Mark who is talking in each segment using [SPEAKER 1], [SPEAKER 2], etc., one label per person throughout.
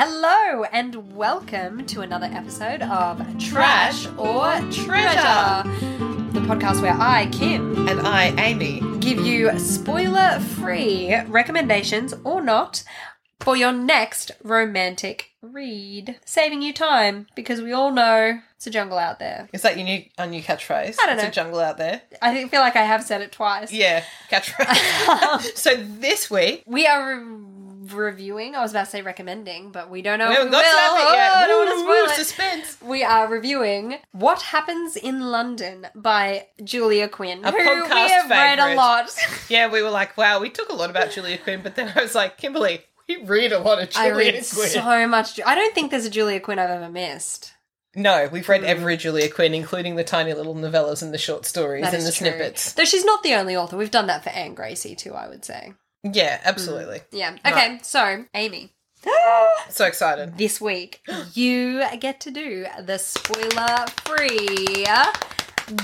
[SPEAKER 1] Hello and welcome to another episode of Trash
[SPEAKER 2] Trash
[SPEAKER 1] or Treasure, the podcast where I, Kim,
[SPEAKER 2] And I, Amy.
[SPEAKER 1] give you spoiler free recommendations or not for your next romantic read. Saving you time because we all know it's a jungle out there.
[SPEAKER 2] Is that your new our new catchphrase?
[SPEAKER 1] I don't
[SPEAKER 2] It's
[SPEAKER 1] know.
[SPEAKER 2] a jungle out there.
[SPEAKER 1] I think- feel like I have said it twice.
[SPEAKER 2] Yeah, catchphrase. so this week
[SPEAKER 1] We are re- reviewing, I was about to say recommending, but we don't know
[SPEAKER 2] we
[SPEAKER 1] if
[SPEAKER 2] haven't got
[SPEAKER 1] will.
[SPEAKER 2] to
[SPEAKER 1] Oh,
[SPEAKER 2] that
[SPEAKER 1] I
[SPEAKER 2] bit yet.
[SPEAKER 1] don't want to
[SPEAKER 2] Woo,
[SPEAKER 1] spoil
[SPEAKER 2] woo,
[SPEAKER 1] it.
[SPEAKER 2] suspense.
[SPEAKER 1] We are reviewing What Happens in London by Julia Quinn,
[SPEAKER 2] A
[SPEAKER 1] who we
[SPEAKER 2] podcast
[SPEAKER 1] have read a
[SPEAKER 2] favourite.
[SPEAKER 1] lot.
[SPEAKER 2] Yeah, we were like, wow, we talk a lot about Julia Quinn, but then I was like, Kimberly, we read a lot of
[SPEAKER 1] I
[SPEAKER 2] Julia
[SPEAKER 1] read
[SPEAKER 2] Quinn.
[SPEAKER 1] so much. Ju- I don't think there's a Julia Quinn I've ever missed.
[SPEAKER 2] no, we've read every Julia Quinn, including the tiny little novellas and the short stories
[SPEAKER 1] That
[SPEAKER 2] and
[SPEAKER 1] is
[SPEAKER 2] the
[SPEAKER 1] true.
[SPEAKER 2] snippets.
[SPEAKER 1] Though she's not the only author. We've done that for Anne Gracie too, I would say. Mm.
[SPEAKER 2] Yeah, absolutely.
[SPEAKER 1] Yeah. Okay, so Amy,
[SPEAKER 2] So excited.
[SPEAKER 1] this week you get to do the spoiler free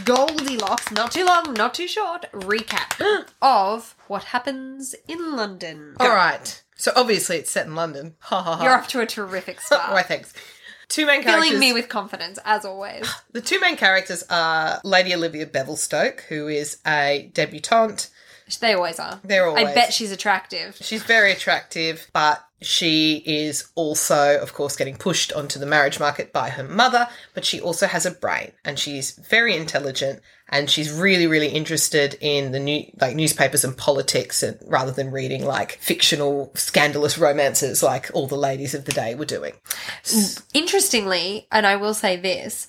[SPEAKER 1] Goldilocks, not too long, not too short, recap of What Happens in London.
[SPEAKER 2] All right. So obviously it's set in London. Ha ha ha.
[SPEAKER 1] You're off to a terrific start.
[SPEAKER 2] Why thanks. Two main characters.
[SPEAKER 1] filling me with confidence as always.
[SPEAKER 2] The two main characters are Lady Olivia Bevelstoke, who is a debutante.
[SPEAKER 1] They always are.
[SPEAKER 2] They're always.
[SPEAKER 1] I bet she's attractive.
[SPEAKER 2] She's very attractive, but she is also, of course, getting pushed onto the marriage market by her mother. But she also has a brain, and she's very intelligent, and she's really, really interested in the new, like newspapers and politics, and rather than reading like fictional scandalous romances like all the ladies of the day were doing.
[SPEAKER 1] Interestingly, and I will say this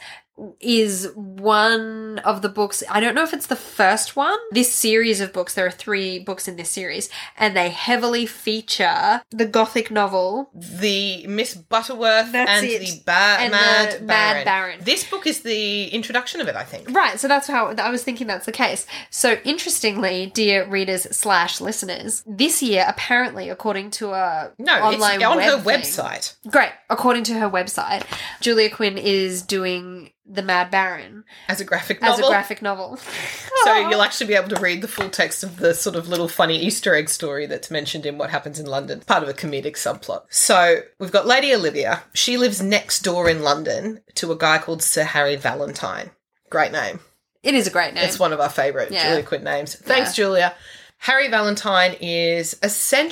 [SPEAKER 1] is one of the books I don't know if it's the first one this series of books there are 3 books in this series and they heavily feature the gothic novel
[SPEAKER 2] the Miss Butterworth
[SPEAKER 1] That's
[SPEAKER 2] and
[SPEAKER 1] it.
[SPEAKER 2] the, ba-
[SPEAKER 1] And
[SPEAKER 2] Mad,
[SPEAKER 1] the
[SPEAKER 2] Baron.
[SPEAKER 1] Mad Baron.
[SPEAKER 2] This book is the introduction of it, I think.
[SPEAKER 1] Right, so that's how I was thinking that's the case. So interestingly, dear readers slash listeners, this year apparently, according to a
[SPEAKER 2] No,
[SPEAKER 1] online
[SPEAKER 2] it's on her
[SPEAKER 1] web thing-
[SPEAKER 2] website.
[SPEAKER 1] Great. According to her website, Julia Quinn is doing The Mad Baron
[SPEAKER 2] As a graphic
[SPEAKER 1] as
[SPEAKER 2] novel.
[SPEAKER 1] a graphic novel.
[SPEAKER 2] so you'll actually be able to read the full text of the sort of little funny Easter egg story that's mentioned in What Happens in London, part of a comedic subplot. So we've got Lady Olivia. She lives next door in London to a guy called Sir Harry Valentine. Great name.
[SPEAKER 1] It is a great name.
[SPEAKER 2] It's one of our favourite
[SPEAKER 1] Yeah.
[SPEAKER 2] Julia Quinn names. Thanks, Julia. Harry Valentine is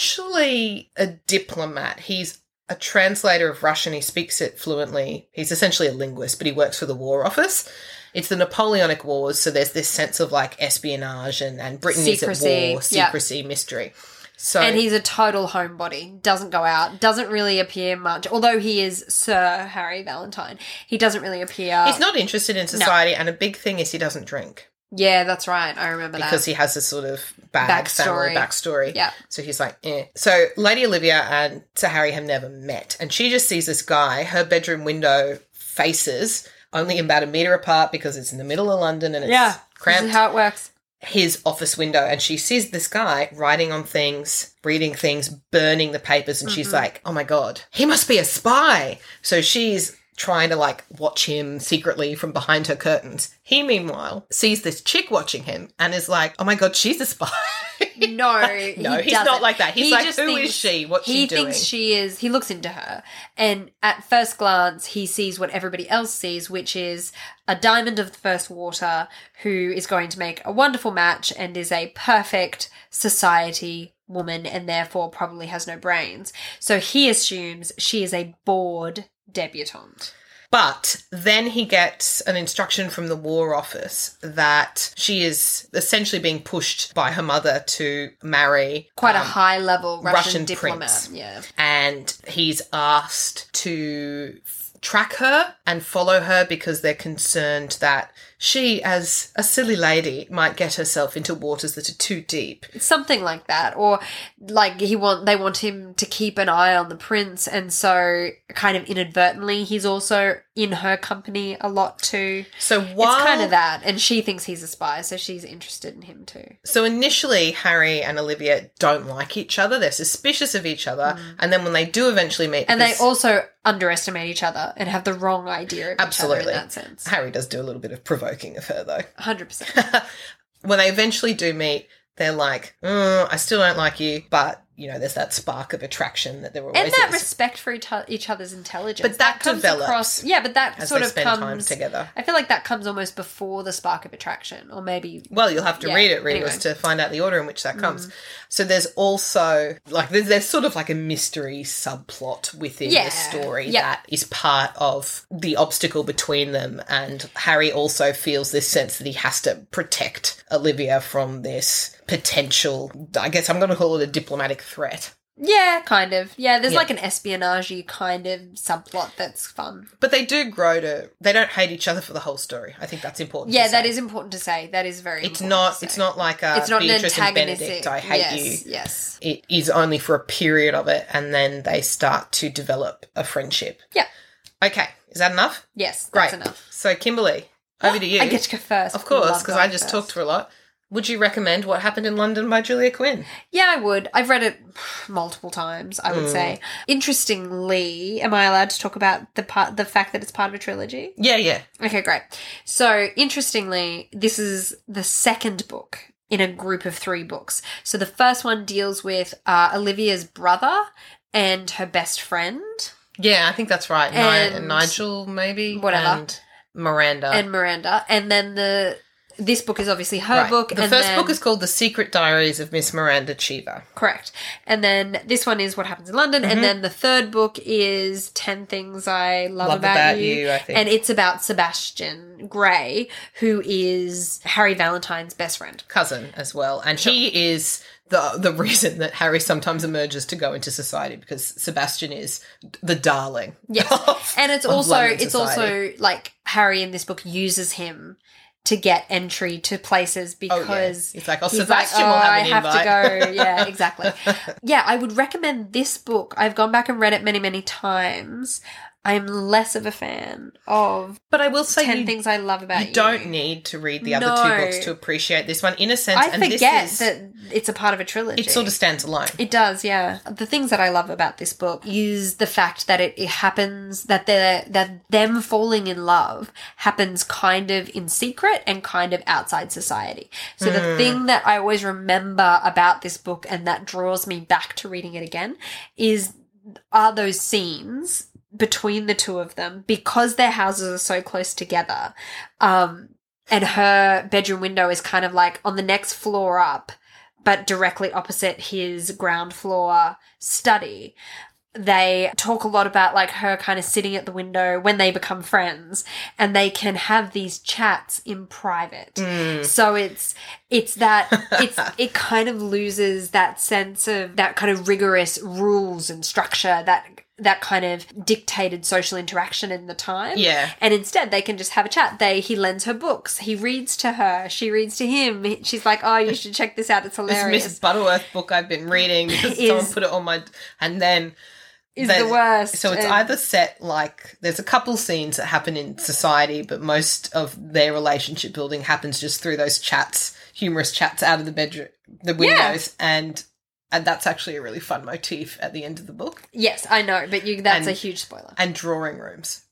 [SPEAKER 2] essentially a diplomat. He's a translator of Russian. He speaks it fluently. He's essentially a linguist, but he works for the War Office. It's the Napoleonic Wars, so there's this sense of like espionage and, and Britain is
[SPEAKER 1] Secrecy,
[SPEAKER 2] at war,
[SPEAKER 1] yeah.
[SPEAKER 2] secrecy, mystery. So
[SPEAKER 1] and he's a total homebody. Doesn't go out. Doesn't really appear much. Although he is Sir Harry Valentine, he doesn't really appear.
[SPEAKER 2] he's not interested in society, and a big thing is he doesn't drink
[SPEAKER 1] yeah, that's right. I remember
[SPEAKER 2] because
[SPEAKER 1] that.
[SPEAKER 2] he has this sort of bad family backstory.
[SPEAKER 1] Yeah.
[SPEAKER 2] So he's like, eh. So Lady Olivia and Sir Harry have never met. And she just sees this guy, her bedroom window faces only about a meter apart because it's in the middle of London and it's
[SPEAKER 1] Yeah. This
[SPEAKER 2] cramped.
[SPEAKER 1] is how it works.
[SPEAKER 2] his office window. And she sees this guy writing on things, reading things, burning the papers. And she's like, oh my God, he must be a spy. So she's trying to like watch him secretly from behind her curtains. He, meanwhile, sees this chick watching him and is like, oh my God, she's a spy.
[SPEAKER 1] No,
[SPEAKER 2] No,
[SPEAKER 1] he
[SPEAKER 2] he's not
[SPEAKER 1] doesn't.
[SPEAKER 2] like that. He's
[SPEAKER 1] He
[SPEAKER 2] like,
[SPEAKER 1] just
[SPEAKER 2] who is
[SPEAKER 1] thinks-
[SPEAKER 2] she? What's
[SPEAKER 1] he
[SPEAKER 2] she doing?
[SPEAKER 1] thinks she is he looks into her and at first glance he sees what everybody else sees which is a diamond of the first water who is going to make a wonderful match and is a perfect society woman and therefore probably has no brains so he assumes she is a bored debutante
[SPEAKER 2] But then he gets an instruction from the War Office that she is essentially being pushed by her mother to marry
[SPEAKER 1] quite a
[SPEAKER 2] um,
[SPEAKER 1] high level russian,
[SPEAKER 2] Russian
[SPEAKER 1] diplomat
[SPEAKER 2] prince.
[SPEAKER 1] yeah
[SPEAKER 2] and he's asked to f- track her and follow her because they're concerned that she, as a silly lady, might get herself into waters that are too deep.
[SPEAKER 1] something like that or like he want they want him to keep an eye on the prince and so kind of inadvertently he's also in her company a lot too
[SPEAKER 2] So while
[SPEAKER 1] it's kind of that and she thinks he's a spy so she's interested in him too
[SPEAKER 2] So initially, Harry and Olivia don't like each other. They're suspicious of each other, and then when they do eventually meet,
[SPEAKER 1] Mm. and they
[SPEAKER 2] because
[SPEAKER 1] also underestimate each other and have the wrong idea of each other
[SPEAKER 2] Absolutely.
[SPEAKER 1] in that sense
[SPEAKER 2] Harry does do a little bit of provoking of her though.
[SPEAKER 1] 100%
[SPEAKER 2] when they eventually do meet, they're like, mm, "I still don't like you," but you know, there's that spark of attraction that there always
[SPEAKER 1] and that
[SPEAKER 2] is
[SPEAKER 1] respect for each, o- each other's intelligence.
[SPEAKER 2] But that develops
[SPEAKER 1] yeah, but that
[SPEAKER 2] as
[SPEAKER 1] sort
[SPEAKER 2] they
[SPEAKER 1] of
[SPEAKER 2] spend
[SPEAKER 1] comes.
[SPEAKER 2] time together.
[SPEAKER 1] I feel like that comes almost before the spark of attraction, or maybe
[SPEAKER 2] Well, you'll have to
[SPEAKER 1] Yeah, Mm-hmm.
[SPEAKER 2] read it, readers, to find out the order in which that comes. So there's also like there's, there's sort of like a mystery subplot within
[SPEAKER 1] Yeah,
[SPEAKER 2] the story
[SPEAKER 1] yeah.
[SPEAKER 2] that is part of the obstacle between them, and Harry also feels this sense that he has to protect Olivia from this potential. I guess I'm going to call it a diplomatic threat.
[SPEAKER 1] yeah, kind of yeah. There's
[SPEAKER 2] Yeah.
[SPEAKER 1] like an espionage kind of subplot that's fun.
[SPEAKER 2] But they do grow to. They don't hate each other for the whole story. I think that's important.
[SPEAKER 1] Yeah,
[SPEAKER 2] to
[SPEAKER 1] that
[SPEAKER 2] say.
[SPEAKER 1] is important to say. That is very.
[SPEAKER 2] It's
[SPEAKER 1] important
[SPEAKER 2] not.
[SPEAKER 1] to
[SPEAKER 2] It's
[SPEAKER 1] say.
[SPEAKER 2] not like a
[SPEAKER 1] It's not an
[SPEAKER 2] Beatrice and
[SPEAKER 1] antagonistic.
[SPEAKER 2] Benedict. I hate you.
[SPEAKER 1] yes, Yes.
[SPEAKER 2] it is only for a period of it and then they start to develop a friendship.
[SPEAKER 1] Yeah.
[SPEAKER 2] Okay, is that enough?
[SPEAKER 1] Yes.
[SPEAKER 2] Great.
[SPEAKER 1] That's enough.
[SPEAKER 2] So, Kimberly, over to you.
[SPEAKER 1] I get to go first.
[SPEAKER 2] of course,
[SPEAKER 1] Love
[SPEAKER 2] because I
[SPEAKER 1] going
[SPEAKER 2] just
[SPEAKER 1] first.
[SPEAKER 2] talked for a lot. Would you recommend What Happened in London by Julia Quinn?
[SPEAKER 1] Yeah, I would. I've read it multiple times. I
[SPEAKER 2] Hmm.
[SPEAKER 1] would say. Interestingly, am I allowed to talk about the part, the fact that it's part of a trilogy?
[SPEAKER 2] Yeah, yeah.
[SPEAKER 1] Okay, great. So, interestingly, this is the second book in a group of three books. So, the first one deals with uh, Olivia's brother and her best friend
[SPEAKER 2] Yeah, I think that's right. Ni-
[SPEAKER 1] And-
[SPEAKER 2] Nigel, maybe?
[SPEAKER 1] Whatever.
[SPEAKER 2] And Miranda.
[SPEAKER 1] and Miranda, and then the this book is obviously her
[SPEAKER 2] Right.
[SPEAKER 1] book.
[SPEAKER 2] The
[SPEAKER 1] and
[SPEAKER 2] first
[SPEAKER 1] then-
[SPEAKER 2] book is called The Secret Diaries of Miss Miranda Cheever.
[SPEAKER 1] Correct. And then this one is What Happens in London.
[SPEAKER 2] Mm-hmm.
[SPEAKER 1] And then the third book is 10 Things I Love,
[SPEAKER 2] Love
[SPEAKER 1] about,
[SPEAKER 2] About
[SPEAKER 1] you.
[SPEAKER 2] You, I think.
[SPEAKER 1] And it's about Sebastian Gray, who is Harry Valentine's best friend.
[SPEAKER 2] cousin as well, and he is the the reason that Harry sometimes emerges to go into society because Sebastian is the darling.
[SPEAKER 1] Yes.
[SPEAKER 2] of-
[SPEAKER 1] And it's
[SPEAKER 2] of
[SPEAKER 1] also
[SPEAKER 2] London
[SPEAKER 1] it's
[SPEAKER 2] society.
[SPEAKER 1] also like Harry in this book uses him to get entry to places
[SPEAKER 2] Oh, yeah.
[SPEAKER 1] because
[SPEAKER 2] it's like oh
[SPEAKER 1] He's
[SPEAKER 2] Sebastian
[SPEAKER 1] like, oh,
[SPEAKER 2] will have
[SPEAKER 1] I
[SPEAKER 2] an
[SPEAKER 1] have
[SPEAKER 2] invite."
[SPEAKER 1] to go. Yeah, exactly. yeah, I would recommend this book. I've gone back and read it many, many times. I'm less of a fan of
[SPEAKER 2] but I will say
[SPEAKER 1] 10
[SPEAKER 2] you,
[SPEAKER 1] Things I Love About You.
[SPEAKER 2] you don't need to read the other two
[SPEAKER 1] No.
[SPEAKER 2] books to appreciate this one. In a sense,
[SPEAKER 1] I
[SPEAKER 2] and this
[SPEAKER 1] forget
[SPEAKER 2] is,
[SPEAKER 1] that it's a part of a trilogy.
[SPEAKER 2] it sort of stands alone.
[SPEAKER 1] It does, yeah. The things that I love about this book is the fact that it, it happens that they that them falling in love happens kind of in secret and kind of outside society. So the thing that I always remember about this book and that draws me back to reading it again is are those scenes between the two of them because their houses are so close together. Um and her bedroom window is kind of like on the next floor up but directly opposite his ground floor study. They talk a lot about like her kind of sitting at the window when they become friends and they can have these chats in private.
[SPEAKER 2] Mm.
[SPEAKER 1] So it's it's that it's it kind of loses that sense of that kind of rigorous rules and structure that that kind of dictated social interaction in the time.
[SPEAKER 2] Yeah,
[SPEAKER 1] And instead, they can just have a chat. They he lends her books, he reads to her, she reads to him. She's like, "Oh, you should check this out. It's
[SPEAKER 2] this
[SPEAKER 1] hilarious."
[SPEAKER 2] Miss Butterworth book I've been reading because someone
[SPEAKER 1] Is-
[SPEAKER 2] put it on my and then
[SPEAKER 1] is
[SPEAKER 2] They-
[SPEAKER 1] the worst.
[SPEAKER 2] So it's
[SPEAKER 1] And-
[SPEAKER 2] either set like there's a couple scenes that happen in society, but most of their relationship building happens just through those chats, humorous chats out of the bedroom, the windows, and and that's actually a really fun motif at the end of the book.
[SPEAKER 1] yes, I know, but you that's a
[SPEAKER 2] And-
[SPEAKER 1] huge spoiler.
[SPEAKER 2] And drawing rooms.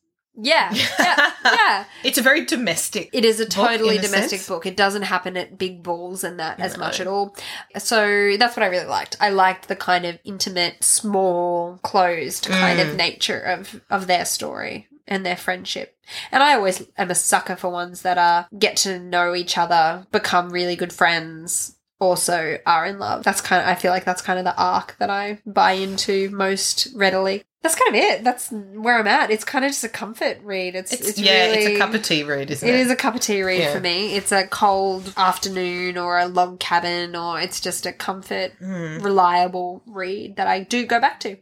[SPEAKER 1] Yeah, yeah, yeah.
[SPEAKER 2] It's a very domestic.
[SPEAKER 1] It is a
[SPEAKER 2] book,
[SPEAKER 1] totally
[SPEAKER 2] in a
[SPEAKER 1] domestic
[SPEAKER 2] sense.
[SPEAKER 1] book. It doesn't happen at big balls and that as
[SPEAKER 2] No.
[SPEAKER 1] much at all. So that's what I really liked. I liked the kind of intimate, small, closed kind
[SPEAKER 2] Mm.
[SPEAKER 1] of nature of of their story and their friendship. And I always am a sucker for ones that are get to know each other, become really good friends, also are in love. That's kind of I feel like that's kind of the arc that I buy into most readily. That's kind of it. That's where I'm at. It's kind of just a comfort read. It's it's,
[SPEAKER 2] It's, yeah, it's
[SPEAKER 1] really-
[SPEAKER 2] a cup of tea read, isn't it?
[SPEAKER 1] it is a cup of tea read
[SPEAKER 2] Yeah.
[SPEAKER 1] for me. It's a cold afternoon or a log cabin or it's just a comfort,
[SPEAKER 2] Mm.
[SPEAKER 1] reliable read that I do go back to.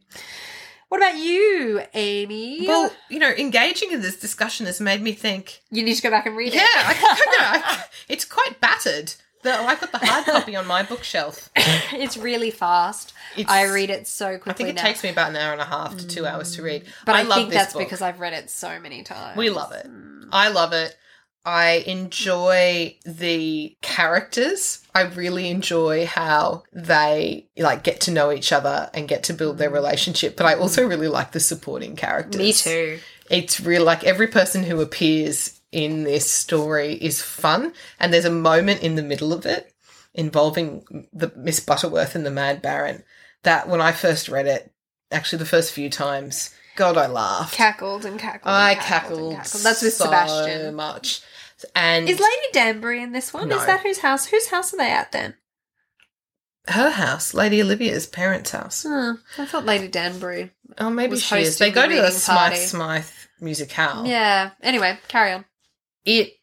[SPEAKER 1] What about you, Amy?
[SPEAKER 2] Well, you know, engaging in this discussion has made me think.
[SPEAKER 1] you need to go back and read
[SPEAKER 2] Yeah,
[SPEAKER 1] it.
[SPEAKER 2] I, I know. It's quite battered. The, I've got the hard copy on my bookshelf.
[SPEAKER 1] It's really fast.
[SPEAKER 2] It's,
[SPEAKER 1] I read it so quickly
[SPEAKER 2] I think it
[SPEAKER 1] now.
[SPEAKER 2] takes me about an hour and a half to two hours to read.
[SPEAKER 1] Mm, but I,
[SPEAKER 2] I, love
[SPEAKER 1] think
[SPEAKER 2] this
[SPEAKER 1] that's
[SPEAKER 2] book.
[SPEAKER 1] because I've read it so many times.
[SPEAKER 2] we love it.
[SPEAKER 1] Mm.
[SPEAKER 2] I love it. I enjoy the characters. I really enjoy how they like get to know each other and get to build their relationship. But I also really like the supporting characters.
[SPEAKER 1] Mm. Me too.
[SPEAKER 2] It's real like every person who appears in this story is fun, and there's a moment in the middle of it involving the Miss Butterworth and the Mad Baron that when I first read it, actually the first few times, God, I laughed.
[SPEAKER 1] Cackled and cackled.
[SPEAKER 2] I
[SPEAKER 1] and
[SPEAKER 2] cackled,
[SPEAKER 1] and cackled. That's with
[SPEAKER 2] so
[SPEAKER 1] Sebastian.
[SPEAKER 2] much. And
[SPEAKER 1] Is Lady Danbury in this one?
[SPEAKER 2] No.
[SPEAKER 1] Is that whose house? Whose house are they at then?
[SPEAKER 2] her house, Lady Olivia's parents' house.
[SPEAKER 1] Hmm, I thought Lady Danbury.
[SPEAKER 2] Oh, maybe
[SPEAKER 1] Was
[SPEAKER 2] she is. They
[SPEAKER 1] hosting
[SPEAKER 2] go
[SPEAKER 1] the
[SPEAKER 2] to the
[SPEAKER 1] reading
[SPEAKER 2] Smythe
[SPEAKER 1] party.
[SPEAKER 2] Smythe musicale.
[SPEAKER 1] Yeah. Anyway, carry on.
[SPEAKER 2] It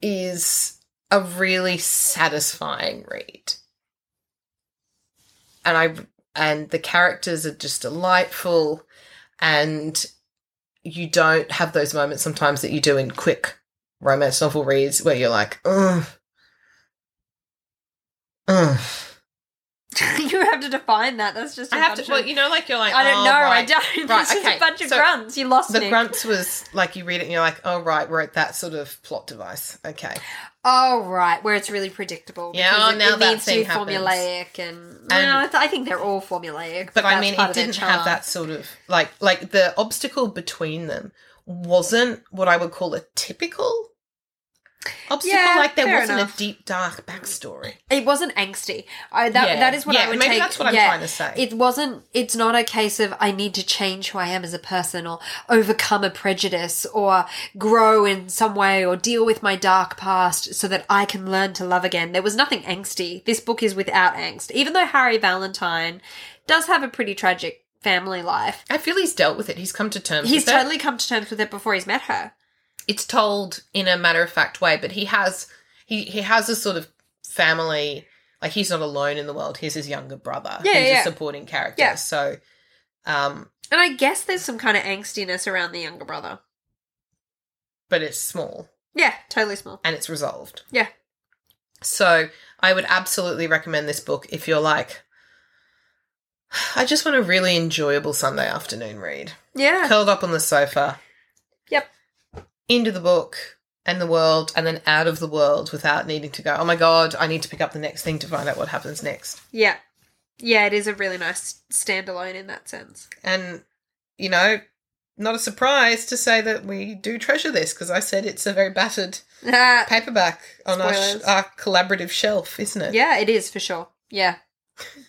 [SPEAKER 2] is a really satisfying read. And I and the characters are just delightful and you don't have those moments sometimes that you do in quick romance novel reads where you're like, ugh. Ugh.
[SPEAKER 1] you have to define that. That's just. a
[SPEAKER 2] I have
[SPEAKER 1] bunch
[SPEAKER 2] to, well,
[SPEAKER 1] of-
[SPEAKER 2] you know, like you're like,
[SPEAKER 1] I don't
[SPEAKER 2] "Oh,
[SPEAKER 1] know. I
[SPEAKER 2] right."
[SPEAKER 1] don't.
[SPEAKER 2] Right,
[SPEAKER 1] It's just
[SPEAKER 2] okay,
[SPEAKER 1] a bunch of
[SPEAKER 2] so
[SPEAKER 1] grunts. You lost
[SPEAKER 2] The
[SPEAKER 1] me.
[SPEAKER 2] grunts was like you read it and you're like, oh right, we're at that sort of plot device. Okay,
[SPEAKER 1] Oh right, where it's really predictable.
[SPEAKER 2] Yeah,
[SPEAKER 1] because
[SPEAKER 2] oh,
[SPEAKER 1] it,
[SPEAKER 2] now
[SPEAKER 1] it
[SPEAKER 2] that
[SPEAKER 1] needs to
[SPEAKER 2] thing
[SPEAKER 1] be
[SPEAKER 2] happens.
[SPEAKER 1] formulaic, and,
[SPEAKER 2] And-
[SPEAKER 1] no, I, th- I think they're all formulaic.
[SPEAKER 2] but I
[SPEAKER 1] that's
[SPEAKER 2] mean,
[SPEAKER 1] part
[SPEAKER 2] it
[SPEAKER 1] of their
[SPEAKER 2] didn't have
[SPEAKER 1] charm.
[SPEAKER 2] that sort of like like the obstacle between them wasn't what I would call a typical obstacle.
[SPEAKER 1] Yeah,
[SPEAKER 2] like there
[SPEAKER 1] fair
[SPEAKER 2] wasn't
[SPEAKER 1] enough.
[SPEAKER 2] a deep dark backstory.
[SPEAKER 1] It wasn't angsty. I, that
[SPEAKER 2] Yeah.
[SPEAKER 1] that is what
[SPEAKER 2] Yeah,
[SPEAKER 1] I would
[SPEAKER 2] maybe
[SPEAKER 1] take.
[SPEAKER 2] that's what I'm
[SPEAKER 1] yeah.
[SPEAKER 2] trying to say.
[SPEAKER 1] It wasn't. It's not a case of I need to change who I am as a person, or overcome a prejudice, or grow in some way, or deal with my dark past so that I can learn to love again. There was nothing angsty. This book is without angst, even though Harry Valentine does have a pretty tragic family life.
[SPEAKER 2] I feel he's dealt with it. He's come to terms.
[SPEAKER 1] He's
[SPEAKER 2] with it.
[SPEAKER 1] totally come to terms with it before he's met her.
[SPEAKER 2] it's told in a matter of fact way, but he has he he has a sort of family like he's not alone in the world. Here's his younger brother.
[SPEAKER 1] Yeah,
[SPEAKER 2] who's
[SPEAKER 1] yeah.
[SPEAKER 2] a supporting character.
[SPEAKER 1] Yeah.
[SPEAKER 2] So um
[SPEAKER 1] And I guess there's some kind of angstiness around the younger brother.
[SPEAKER 2] but it's small
[SPEAKER 1] Yeah, totally small.
[SPEAKER 2] and it's resolved.
[SPEAKER 1] Yeah.
[SPEAKER 2] So I would absolutely recommend this book if you're like I just want a really enjoyable Sunday afternoon read.
[SPEAKER 1] Yeah.
[SPEAKER 2] Curled up on the sofa.
[SPEAKER 1] Yep.
[SPEAKER 2] Into the book and the world and then out of the world without needing to go, oh my god, I need to pick up the next thing to find out what happens next.
[SPEAKER 1] Yeah. Yeah, it is a really nice standalone in that sense.
[SPEAKER 2] And, you know, not a surprise to say that we do treasure this because I said it's a very battered
[SPEAKER 1] Ah,
[SPEAKER 2] paperback on our, sh-
[SPEAKER 1] Spoilers.
[SPEAKER 2] our collaborative shelf, isn't it?
[SPEAKER 1] yeah, it is for sure. Yeah.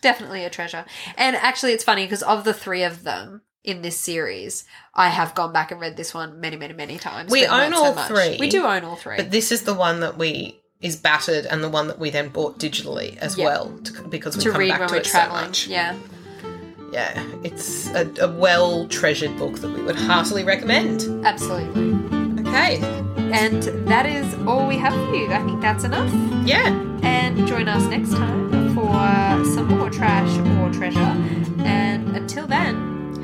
[SPEAKER 1] Definitely a treasure. And actually, it's funny because of the three of them in this series, I have gone back and read this one many, many, many times.
[SPEAKER 2] We
[SPEAKER 1] but not
[SPEAKER 2] own
[SPEAKER 1] so
[SPEAKER 2] all
[SPEAKER 1] much.
[SPEAKER 2] three.
[SPEAKER 1] We do own all three.
[SPEAKER 2] But this is the one that we is battered and the one that we then bought digitally as
[SPEAKER 1] Yeah.
[SPEAKER 2] well to, because we
[SPEAKER 1] to
[SPEAKER 2] come
[SPEAKER 1] read
[SPEAKER 2] back
[SPEAKER 1] when
[SPEAKER 2] to
[SPEAKER 1] we're
[SPEAKER 2] it so
[SPEAKER 1] traveling.
[SPEAKER 2] much.
[SPEAKER 1] yeah.
[SPEAKER 2] Yeah, it's a, a well treasured book that we would heartily recommend.
[SPEAKER 1] Absolutely.
[SPEAKER 2] Okay,
[SPEAKER 1] And that is all we have for you. I think that's enough.
[SPEAKER 2] yeah,
[SPEAKER 1] And join us next time for some more trash or treasure. And until then,